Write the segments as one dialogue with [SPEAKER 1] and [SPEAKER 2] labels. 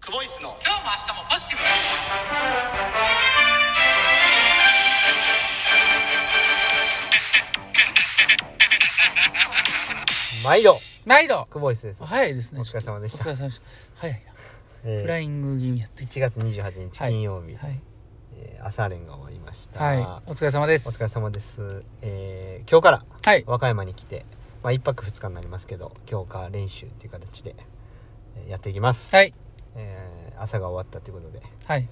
[SPEAKER 1] クボイスの
[SPEAKER 2] 今日も明日もポジティブ
[SPEAKER 3] 毎度
[SPEAKER 2] 毎度
[SPEAKER 3] クボイスです、
[SPEAKER 2] 早いですね
[SPEAKER 3] お疲れ様でした
[SPEAKER 2] ちょっとお疲れ様でした早いな
[SPEAKER 3] え
[SPEAKER 2] フラ
[SPEAKER 3] ー、
[SPEAKER 2] イング気味やって
[SPEAKER 3] 1月28日金曜日、
[SPEAKER 2] はい、
[SPEAKER 3] えー朝練が終わりました、
[SPEAKER 2] はい、お疲れ様です
[SPEAKER 3] お疲れ様です、えー今日から
[SPEAKER 2] はい
[SPEAKER 3] 和歌山に来て、まあ、1泊2日になりますけど強化練習っていう形でえーやっていきます、
[SPEAKER 2] はい
[SPEAKER 3] えー朝が終わったということで
[SPEAKER 2] はい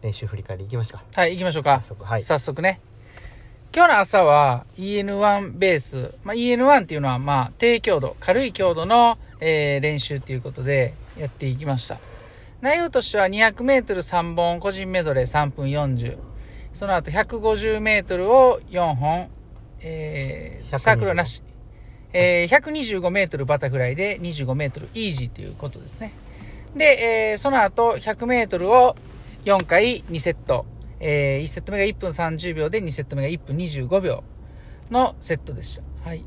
[SPEAKER 3] 練習振り返りいきますか
[SPEAKER 2] はい行きましょうか
[SPEAKER 3] 早速はい
[SPEAKER 2] 早速ね今日の朝は EN1 ベース、まあ、EN1 っていうのはまあ低強度軽い強度の、えー練習ということでやっていきました内容としては 200m3 本個人メドレー3分40その後 150m を4本、えー、
[SPEAKER 3] 125
[SPEAKER 2] サークルはなし、えー、125m バタフライで 25m イージーということですねで、えーその後 100m を4回2セット、え1セット目が1分30秒で2セット目が1分25秒のセットでした。はい。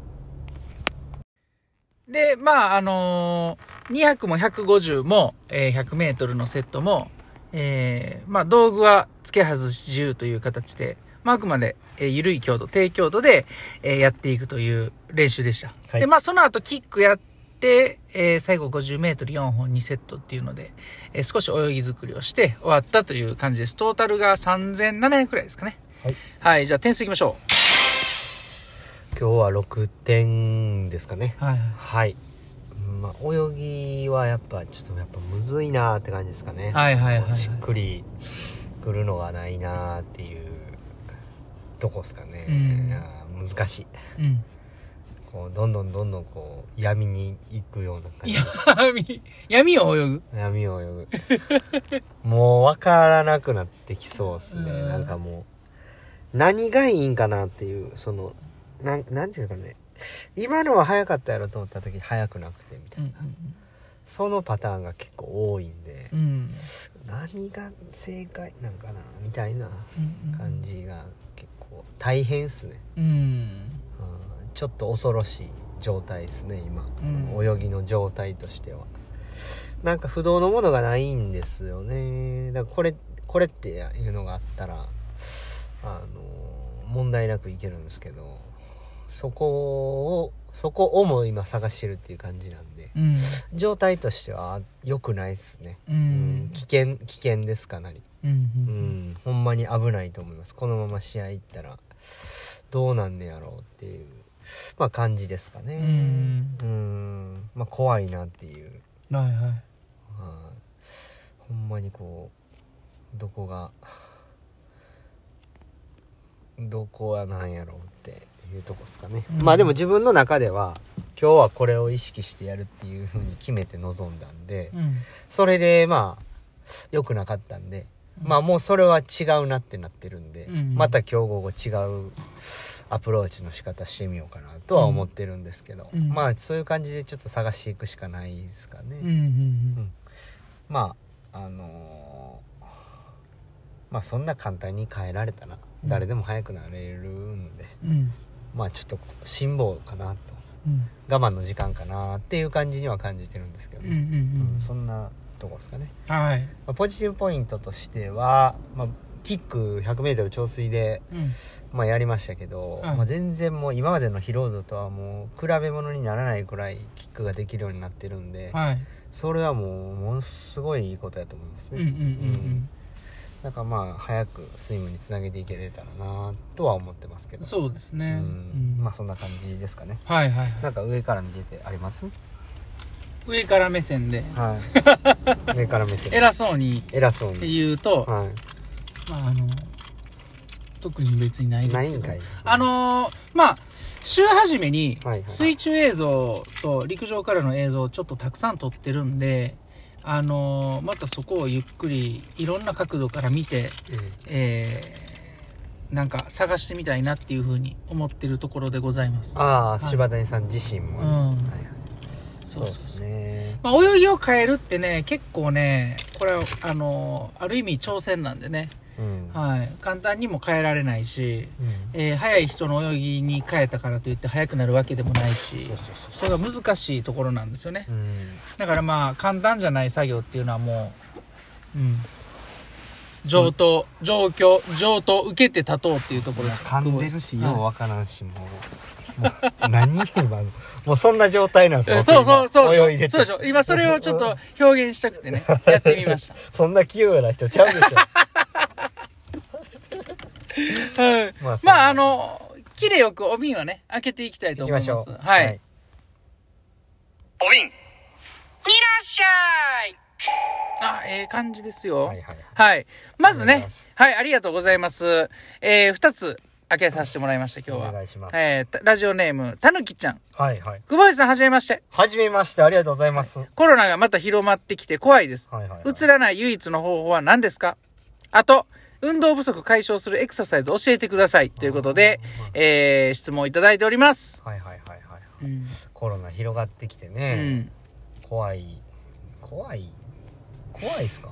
[SPEAKER 2] で、まあ、あのー200も150も、えー100メートルのセットも、えーまあ、道具は付け外し自由という形で、まあ、あくまで、えー緩い強度、低強度で、えーやっていくという練習でした。
[SPEAKER 3] はい
[SPEAKER 2] で、まあ、その後キックやって、えー最後50メートル4本2セットっていうので、えー少し泳ぎ作りをして終わったという感じです。トータルが3700くらいですかね。
[SPEAKER 3] はい。
[SPEAKER 2] はい、じゃあ点数いきましょ
[SPEAKER 3] 今日は6点ですかね
[SPEAKER 2] う。はい。
[SPEAKER 3] はいまあ、泳ぎはやっぱちょっとやっぱむずいなーって感じですかね
[SPEAKER 2] はいはいはいはい
[SPEAKER 3] しっくりくるのがないなーっていうとこですかね、
[SPEAKER 2] うん
[SPEAKER 3] いやー難しい
[SPEAKER 2] うん。
[SPEAKER 3] こうどんどんどんどんこう闇に行くような感じです
[SPEAKER 2] 闇、闇を泳ぐ
[SPEAKER 3] 闇を泳ぐもう分からなくなってきそうですね、
[SPEAKER 2] うん
[SPEAKER 3] なんかもう何がいいんかなっていうそのなんなんていうんですかね今のは早かったやろと思った時早くなくてみたいな、そのパターンが結構多いんで、
[SPEAKER 2] うんうん
[SPEAKER 3] 何が正解なんかなみたいな
[SPEAKER 2] うん
[SPEAKER 3] 感じが結構大変っすね、
[SPEAKER 2] うん
[SPEAKER 3] うん、ちょっと恐ろしい状態っすね今
[SPEAKER 2] う
[SPEAKER 3] そ
[SPEAKER 2] ん
[SPEAKER 3] の泳ぎの状態としては、なんか不動のものがないんですよねだからこれこれっていうのがあったらあの問題なくいけるんですけどそこをそこをも今探してるっていう感じなんで
[SPEAKER 2] うん
[SPEAKER 3] 状態としては良くないっすね
[SPEAKER 2] う
[SPEAKER 3] うん
[SPEAKER 2] ん
[SPEAKER 3] 危険危険ですかなり、
[SPEAKER 2] う
[SPEAKER 3] うんん、ほんまに危ないと思いますこのまま試合行ったらどうなんねやろうっていう、まあ、感じですか
[SPEAKER 2] う
[SPEAKER 3] ね
[SPEAKER 2] ん
[SPEAKER 3] うんまあ、怖いなっていう、
[SPEAKER 2] はいはい
[SPEAKER 3] はいほんまにこうどこがどこはなんやろうっていうとこですかね、
[SPEAKER 2] うん
[SPEAKER 3] まあでも自分の中では今日はこれを意識してやるっていうふうに決めて臨んだんで、
[SPEAKER 2] うん
[SPEAKER 3] それでまあ良くなかったんで、
[SPEAKER 2] うん
[SPEAKER 3] まあもうそれは違うなってなってるんで、
[SPEAKER 2] うん
[SPEAKER 3] また今日午後違うアプローチの仕方してみようかなとは思ってるんですけど、
[SPEAKER 2] うん
[SPEAKER 3] まあそういう感じでちょっと探していくしかないですかね、
[SPEAKER 2] うんうん
[SPEAKER 3] まああのーまあそんな簡単に変えられたら
[SPEAKER 2] うん
[SPEAKER 3] 誰でも早くなれるんで、
[SPEAKER 2] うんうん
[SPEAKER 3] まあちょっと辛抱かなと
[SPEAKER 2] うん
[SPEAKER 3] 我慢の時間かなっていう感じには感じてるんですけど
[SPEAKER 2] うんうんう
[SPEAKER 3] ね、うん
[SPEAKER 2] ん
[SPEAKER 3] そんなとこですかね
[SPEAKER 2] はい
[SPEAKER 3] まあポジティブポイントとしては、まあ、キック 100m 長水で、
[SPEAKER 2] うん
[SPEAKER 3] まあ、やりましたけど、
[SPEAKER 2] はい
[SPEAKER 3] まあ、全然もう今までの疲労度とはもう比べ物にならないくらいキックができるようになってるんで、
[SPEAKER 2] はい
[SPEAKER 3] それはもうものすごいいいことやと思います
[SPEAKER 2] うん
[SPEAKER 3] ね、
[SPEAKER 2] うんうん
[SPEAKER 3] だからまあ早くスイムにつなげていけれたらなとは思ってますけ
[SPEAKER 2] う
[SPEAKER 3] ど
[SPEAKER 2] んそうです
[SPEAKER 3] う
[SPEAKER 2] ね
[SPEAKER 3] ん
[SPEAKER 2] うん
[SPEAKER 3] まあそんな感じですかね
[SPEAKER 2] はいはいはい
[SPEAKER 3] なんか上から見ててあり ます
[SPEAKER 2] 上から目線で
[SPEAKER 3] はい上から見せて
[SPEAKER 2] 偉そうに
[SPEAKER 3] 偉そう
[SPEAKER 2] って
[SPEAKER 3] に
[SPEAKER 2] 言うと
[SPEAKER 3] は
[SPEAKER 2] まああの特に別にない
[SPEAKER 3] い
[SPEAKER 2] です
[SPEAKER 3] ない
[SPEAKER 2] け
[SPEAKER 3] ん
[SPEAKER 2] ど
[SPEAKER 3] かい
[SPEAKER 2] あのーまあ、週初めに
[SPEAKER 3] はいはいはい
[SPEAKER 2] 水中映像と陸上からの映像をちょっとたくさん撮ってるんで、あのーまたそこをゆっくりいろんな角度から見て、
[SPEAKER 3] うん
[SPEAKER 2] えー、なんか探してみたいなっていうふうに思ってるところでございます。
[SPEAKER 3] ああ、
[SPEAKER 2] はい
[SPEAKER 3] 柴谷さん自身も、ね
[SPEAKER 2] うん
[SPEAKER 3] はいはい、そうですね
[SPEAKER 2] まあ、泳ぎを変えるってね、結構ね、これは、あのーある意味挑戦なんでね、
[SPEAKER 3] うん、
[SPEAKER 2] はい。簡単にも変えられないし、
[SPEAKER 3] うん
[SPEAKER 2] えー、速い人の泳ぎに変えたからといって速くなるわけでもないし、
[SPEAKER 3] そうそうそう
[SPEAKER 2] それが難しいところなんですよね
[SPEAKER 3] うん
[SPEAKER 2] だからまあ簡単じゃない作業っていうのはもううん。上等、上京、上等受けて立とうっていうところです。
[SPEAKER 3] 噛んでるし
[SPEAKER 2] 久
[SPEAKER 3] よう
[SPEAKER 2] 保
[SPEAKER 3] わからんしも うもう何言えばもうそんな状態なんです
[SPEAKER 2] 田
[SPEAKER 3] よ
[SPEAKER 2] そうそう
[SPEAKER 3] 僕
[SPEAKER 2] そうそ
[SPEAKER 3] 今
[SPEAKER 2] う
[SPEAKER 3] 泳いでて
[SPEAKER 2] そうでしょ今それをちょっと表現したくてねやってみま し
[SPEAKER 3] そんな器用な人ちゃうでしょ
[SPEAKER 2] た はい
[SPEAKER 3] まあ
[SPEAKER 2] まああの綺麗よくお瓶はね開けていきたいと
[SPEAKER 3] 行
[SPEAKER 2] 思
[SPEAKER 3] き
[SPEAKER 2] いま
[SPEAKER 3] ますしょう
[SPEAKER 2] はい、
[SPEAKER 1] おびんいらっしゃい
[SPEAKER 2] あええ感じですよ
[SPEAKER 3] は
[SPEAKER 2] はいい、
[SPEAKER 3] はい
[SPEAKER 2] まず
[SPEAKER 3] ありがとうござい
[SPEAKER 2] ね
[SPEAKER 3] ます
[SPEAKER 2] はいありがとうございますえー、2つ開けさせてもらいました今日
[SPEAKER 3] お
[SPEAKER 2] は
[SPEAKER 3] 願いします
[SPEAKER 2] えーたラジオネームたぬきちゃん
[SPEAKER 3] はいはい
[SPEAKER 2] 久保井さんはじめまして
[SPEAKER 3] はじめましてありがとうございますはい
[SPEAKER 2] コロナがまた広まってきて怖いです
[SPEAKER 3] はいはいう
[SPEAKER 2] つらない唯一の方法は何ですかあと、運動不足解消するエクササイズ教えてください。ということで、えー、質問いただいております。
[SPEAKER 3] はいはいはいはい
[SPEAKER 2] うん。
[SPEAKER 3] コロナ広がってきて
[SPEAKER 2] う
[SPEAKER 3] ね
[SPEAKER 2] ん。
[SPEAKER 3] 怖い怖い怖いっすか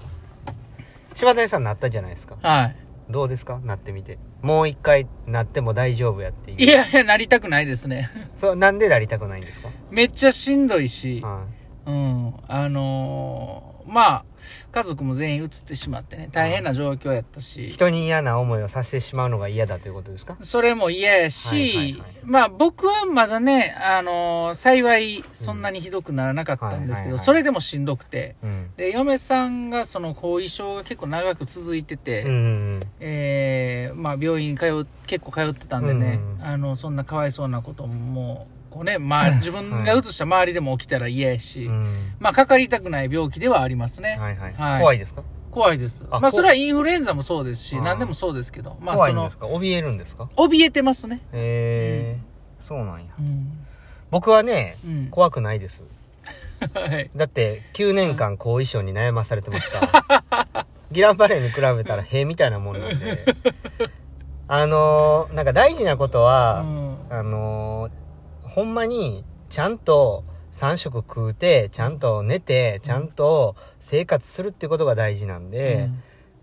[SPEAKER 3] 柴谷さんなったじゃないですか
[SPEAKER 2] は
[SPEAKER 3] どうですかなってみてもう一回なっても大丈夫やっていう
[SPEAKER 2] い。いやいや、なりたくないですね。
[SPEAKER 3] そうなんでなりたくないんですか
[SPEAKER 2] めっちゃしんどいし、
[SPEAKER 3] は
[SPEAKER 2] うん。あのーまあ、家族も全員移ってしまってね、大変な状況やった
[SPEAKER 3] い
[SPEAKER 2] し、
[SPEAKER 3] 人に嫌な思いをさせてしまうのが嫌だということですか
[SPEAKER 2] それも嫌やし、
[SPEAKER 3] はいはいはい
[SPEAKER 2] まあ僕はまだね、あのー幸いそんなにひどくならなかったん
[SPEAKER 3] うん
[SPEAKER 2] ですけど、
[SPEAKER 3] はいはいはい
[SPEAKER 2] それでもしんどくて、
[SPEAKER 3] うん
[SPEAKER 2] で嫁さんがその後遺症が結構長く続いてて、
[SPEAKER 3] うんうん
[SPEAKER 2] えーまあ、病院に通う結構通ってたんでね、
[SPEAKER 3] うん
[SPEAKER 2] あのそんなかわいそうなことももうこう、ね まあ、自分がうつした周りでも起きたら嫌やし、
[SPEAKER 3] うんうん
[SPEAKER 2] まあ、かかりたくない病気ではありますね、
[SPEAKER 3] はいはい
[SPEAKER 2] はい
[SPEAKER 3] 怖いですか
[SPEAKER 2] 怖いです
[SPEAKER 3] あ
[SPEAKER 2] まあ、
[SPEAKER 3] こ
[SPEAKER 2] それはインフルエンザもそうですし
[SPEAKER 3] あー
[SPEAKER 2] 何でもそうですけど、まあ、
[SPEAKER 3] 怖
[SPEAKER 2] そ
[SPEAKER 3] いんで
[SPEAKER 2] の
[SPEAKER 3] すか怯えるんですか
[SPEAKER 2] 怯えてますね
[SPEAKER 3] へえそうなんや
[SPEAKER 2] うん、
[SPEAKER 3] 僕はね
[SPEAKER 2] うん、
[SPEAKER 3] 怖くないです
[SPEAKER 2] はい
[SPEAKER 3] だって9年間後遺症に悩まされてますからギランバレーに比べたら塀みたいなもんなんであのーなんか大事なこと
[SPEAKER 2] う
[SPEAKER 3] は、
[SPEAKER 2] ん
[SPEAKER 3] あのーほんまにちゃんと3食食うてちゃんと寝てちゃんと生活するってことが大事なんで、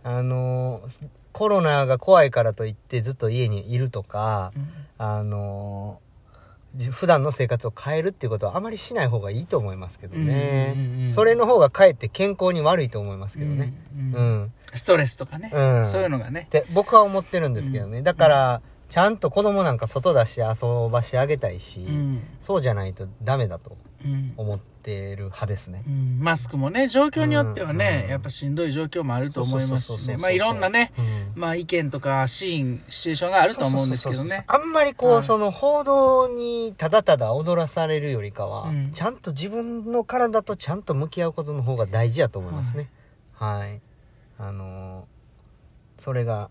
[SPEAKER 3] あのーコロナが怖いからといってずっと家にいるとか、
[SPEAKER 2] うん
[SPEAKER 3] あのーじ普段の生活を変えるっていうことはあまりしない方がいいと思いますけどね、
[SPEAKER 2] うんうんうんうん
[SPEAKER 3] それの方がかえって健康に悪いと思いますけどね、
[SPEAKER 2] うん
[SPEAKER 3] うん
[SPEAKER 2] ストレスとかね、
[SPEAKER 3] うん
[SPEAKER 2] そういうのがね
[SPEAKER 3] って僕は思ってるんですけどね、
[SPEAKER 2] うん
[SPEAKER 3] だからちゃんと子供なんか外出して遊ばしてあげたいし、
[SPEAKER 2] うん
[SPEAKER 3] そうじゃないとダメだと
[SPEAKER 2] うん
[SPEAKER 3] 思ってる派ですね
[SPEAKER 2] う。んマスクもね状況によってはね、
[SPEAKER 3] うん
[SPEAKER 2] やっぱしんどい状況もあると思いますし
[SPEAKER 3] そうそうそうそうそ
[SPEAKER 2] ね
[SPEAKER 3] う
[SPEAKER 2] まあいろんなね、
[SPEAKER 3] うん
[SPEAKER 2] まあ、意見とかシーンシチュエーションがあると思うんですけど
[SPEAKER 3] そうそうそう
[SPEAKER 2] ね
[SPEAKER 3] そうあんまりこ
[SPEAKER 2] は
[SPEAKER 3] う
[SPEAKER 2] い
[SPEAKER 3] その報道にただただ踊らされるよりかは、
[SPEAKER 2] うん
[SPEAKER 3] ちゃんと自分の体とちゃんと向き合うことの方が大事やと思いますねはい、あのーそれが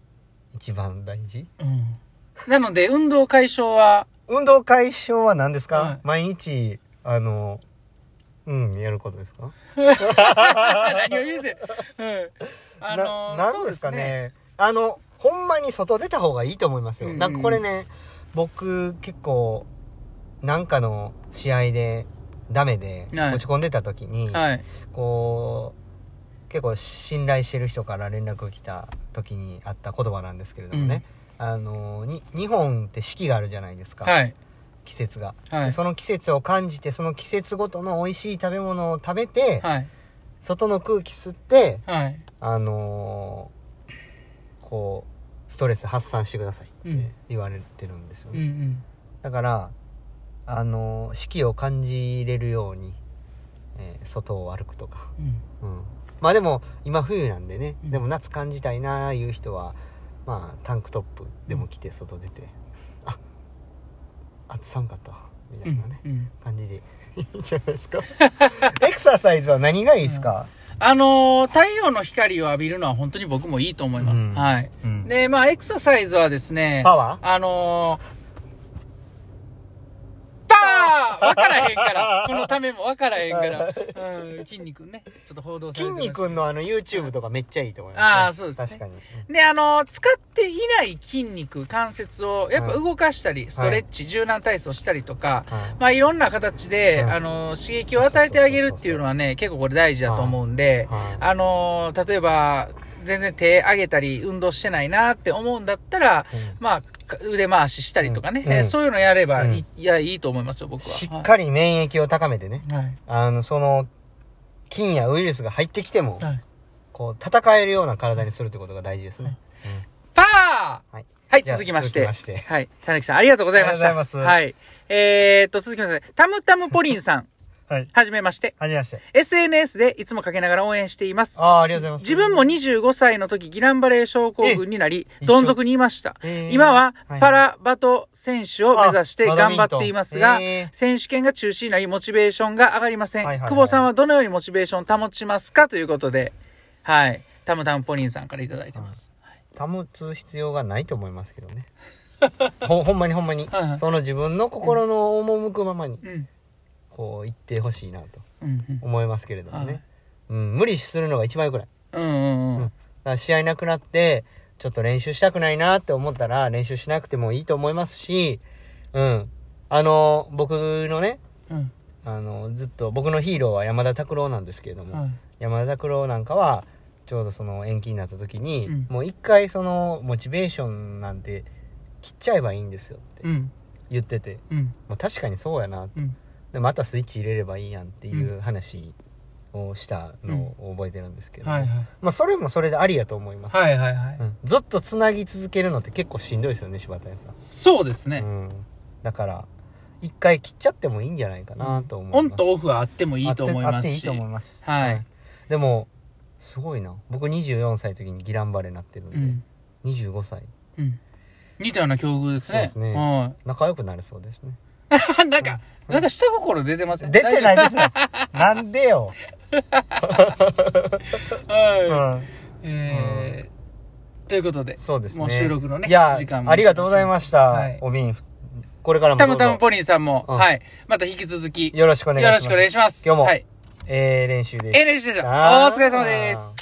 [SPEAKER 3] 一番大事
[SPEAKER 2] うんなので運動解消は
[SPEAKER 3] 運動解消は何ですか、
[SPEAKER 2] はい
[SPEAKER 3] 毎日あのうんやることですか
[SPEAKER 2] 何を言うてる、うん、あの
[SPEAKER 3] ななん
[SPEAKER 2] そう
[SPEAKER 3] で
[SPEAKER 2] ですす
[SPEAKER 3] か
[SPEAKER 2] か
[SPEAKER 3] ね
[SPEAKER 2] ね
[SPEAKER 3] あのほんまに外出た方がいいと思いますよ、
[SPEAKER 2] うん
[SPEAKER 3] なんかこれね僕結構なんかの試合でダメで
[SPEAKER 2] はい
[SPEAKER 3] 落ち込んでた時に、
[SPEAKER 2] はい
[SPEAKER 3] こう結構信頼してる人から連絡が来た時にあった言葉なんですけれどもね、あのに日本って四季があるじゃないですか、
[SPEAKER 2] はい
[SPEAKER 3] 季節が、
[SPEAKER 2] はい
[SPEAKER 3] その季節を感じてその季節ごとの美味しい食べ物を食べて、
[SPEAKER 2] はい
[SPEAKER 3] 外の空気吸って
[SPEAKER 2] はい
[SPEAKER 3] あのーこうストレス発散してくださいっ
[SPEAKER 2] うん
[SPEAKER 3] て言われてるんですよ
[SPEAKER 2] うん
[SPEAKER 3] ね、だから、あのー四季を感じれるように、えー外を歩くとか、
[SPEAKER 2] うんうん
[SPEAKER 3] うん、まあでも今冬なんでね、
[SPEAKER 2] うん
[SPEAKER 3] でも夏感じたいなあいう人はまあタンクトップでも着て外出て、ああ寒かったわみた
[SPEAKER 2] う
[SPEAKER 3] い
[SPEAKER 2] ん
[SPEAKER 3] なね、
[SPEAKER 2] うん
[SPEAKER 3] 感じでいいじゃないですか エクササイズは何がいいですか、
[SPEAKER 2] あのー太陽の光を浴びるのは本当に僕もいいと思います、
[SPEAKER 3] うん
[SPEAKER 2] はい
[SPEAKER 3] うん
[SPEAKER 2] でまあエクササイズはですね
[SPEAKER 3] パワー
[SPEAKER 2] あのー、パーわからへん から。このためもわからへんから。うん、筋肉ね。ちょっと報道され
[SPEAKER 3] 筋
[SPEAKER 2] てました
[SPEAKER 3] 肉のあの YouTube とかめっちゃいいと思います、
[SPEAKER 2] あーそうです
[SPEAKER 3] 確
[SPEAKER 2] ね
[SPEAKER 3] かに。
[SPEAKER 2] で、あのー使っていない筋肉、関節を、やっぱ動かしたり、ストレッチ、柔軟体操したりとか、
[SPEAKER 3] はい
[SPEAKER 2] まあ、いろんな形で、
[SPEAKER 3] はい
[SPEAKER 2] あのー刺激を与えてあげるっていうのはね、結構これ大事だと思うんで、
[SPEAKER 3] は
[SPEAKER 2] あのー例えば、全然手上げたり、運動してないなって思うんだったら、
[SPEAKER 3] いうん
[SPEAKER 2] まあ、か腕回ししたりとかね、
[SPEAKER 3] うん
[SPEAKER 2] えーそういうのやればいい,、
[SPEAKER 3] うん
[SPEAKER 2] いや、いいと思いますよ、僕は。
[SPEAKER 3] しっかり免疫を高めてね、
[SPEAKER 2] り。はい。
[SPEAKER 3] あの、その、菌やウイルスが入ってきても、
[SPEAKER 2] はい。
[SPEAKER 3] こう、戦えるような体にするってことが大事ですね。
[SPEAKER 2] パー
[SPEAKER 3] はい。
[SPEAKER 2] はい、
[SPEAKER 3] じゃあ
[SPEAKER 2] 続きまして。
[SPEAKER 3] 続きまして
[SPEAKER 2] はい。たぬきさん、ありがとうございました。
[SPEAKER 3] ありがとうございます
[SPEAKER 2] はい。えーっと、続きまして、たむたむポリンさん、
[SPEAKER 3] はい。
[SPEAKER 2] はじめまして。
[SPEAKER 3] はじめまして。
[SPEAKER 2] SNS でいつもかけながら応援しています。
[SPEAKER 3] ああー、ありがとうございます。
[SPEAKER 2] 自分も25歳の時、ギランバレー症候群になり、
[SPEAKER 3] え
[SPEAKER 2] どん底にいました。
[SPEAKER 3] えー
[SPEAKER 2] 今は
[SPEAKER 3] はい
[SPEAKER 2] パラバト選手を目指して
[SPEAKER 3] あ
[SPEAKER 2] 頑張っています
[SPEAKER 3] バ
[SPEAKER 2] が
[SPEAKER 3] ドミントンえ、ー
[SPEAKER 2] 選手権が中止になり、モチベーションが上がりません。
[SPEAKER 3] はいはいはい
[SPEAKER 2] 久保さんはどのようにモチベーションを保ちますかということで、はい。たむたむポリンさんからいただいてます。
[SPEAKER 3] 保つ必要がないと思いますけど ね。ほほんまにほんまに
[SPEAKER 2] はいはい。
[SPEAKER 3] その自分の心の赴くままに、
[SPEAKER 2] うん。
[SPEAKER 3] こう、言ってほしいなと
[SPEAKER 2] うんうん。
[SPEAKER 3] 思いますけれども
[SPEAKER 2] はい
[SPEAKER 3] ね。うん、無理するのが一番良くない。
[SPEAKER 2] うんうんうん。
[SPEAKER 3] うんだから試合なくなって、ちょっと練習したくないなって思ったら、練習しなくてもいいと思いますし、うん。あの、僕のね、
[SPEAKER 2] うん。
[SPEAKER 3] あの、ずっと、僕のヒーローは山田拓郎なんですけれども、
[SPEAKER 2] はい
[SPEAKER 3] 山田拓郎なんかは、ちょうどその延期になった時に、
[SPEAKER 2] うん
[SPEAKER 3] もう一回その、モチベーションなんて、切っちゃえばいいんですよって
[SPEAKER 2] うん。
[SPEAKER 3] 言ってて、
[SPEAKER 2] うん。
[SPEAKER 3] まあ、確かにそうやなって
[SPEAKER 2] うん。
[SPEAKER 3] でまたスイッチ入れればいいやんっていうう話をしたのを覚えてるんですけど、
[SPEAKER 2] はいはい。
[SPEAKER 3] まあ、それもそれでありやと思います。
[SPEAKER 2] はいはいはい。
[SPEAKER 3] うんずっとつなぎ続けるのって結構しんどいですよね柴谷さん、
[SPEAKER 2] そうです
[SPEAKER 3] う
[SPEAKER 2] ね。
[SPEAKER 3] ん、だから一回切っちゃってもいいんじゃないかなと思います
[SPEAKER 2] オンとオフはあってもいいと思い
[SPEAKER 3] あってあ
[SPEAKER 2] ま
[SPEAKER 3] っ
[SPEAKER 2] す
[SPEAKER 3] て
[SPEAKER 2] し。
[SPEAKER 3] いいと思います
[SPEAKER 2] はい
[SPEAKER 3] でもすごいな僕24歳の時にギランバレになってるんで、
[SPEAKER 2] うん。
[SPEAKER 3] 25歳
[SPEAKER 2] うん。似たような境遇ですね。
[SPEAKER 3] そうですね
[SPEAKER 2] はい。
[SPEAKER 3] 仲良くなれそうですね
[SPEAKER 2] なんか、なんか下心出てません
[SPEAKER 3] 出てない出
[SPEAKER 2] 大
[SPEAKER 3] てないなんでよ、
[SPEAKER 2] 丈夫は
[SPEAKER 3] うん
[SPEAKER 2] い。えー、ということで、
[SPEAKER 3] そうですね
[SPEAKER 2] もう収録のね
[SPEAKER 3] いや
[SPEAKER 2] 時間も
[SPEAKER 3] ありがとうございました、
[SPEAKER 2] はい
[SPEAKER 3] おびんこれからもど
[SPEAKER 2] た
[SPEAKER 3] うぞ
[SPEAKER 2] むたむポリンさんも、
[SPEAKER 3] うん
[SPEAKER 2] はい。また引き続き、よ
[SPEAKER 3] よろしくお願いし
[SPEAKER 2] ろ
[SPEAKER 3] ます
[SPEAKER 2] しくお願いします。
[SPEAKER 3] 今日も
[SPEAKER 2] はい。
[SPEAKER 3] えー練習で
[SPEAKER 2] え練習でした。お疲れ様です。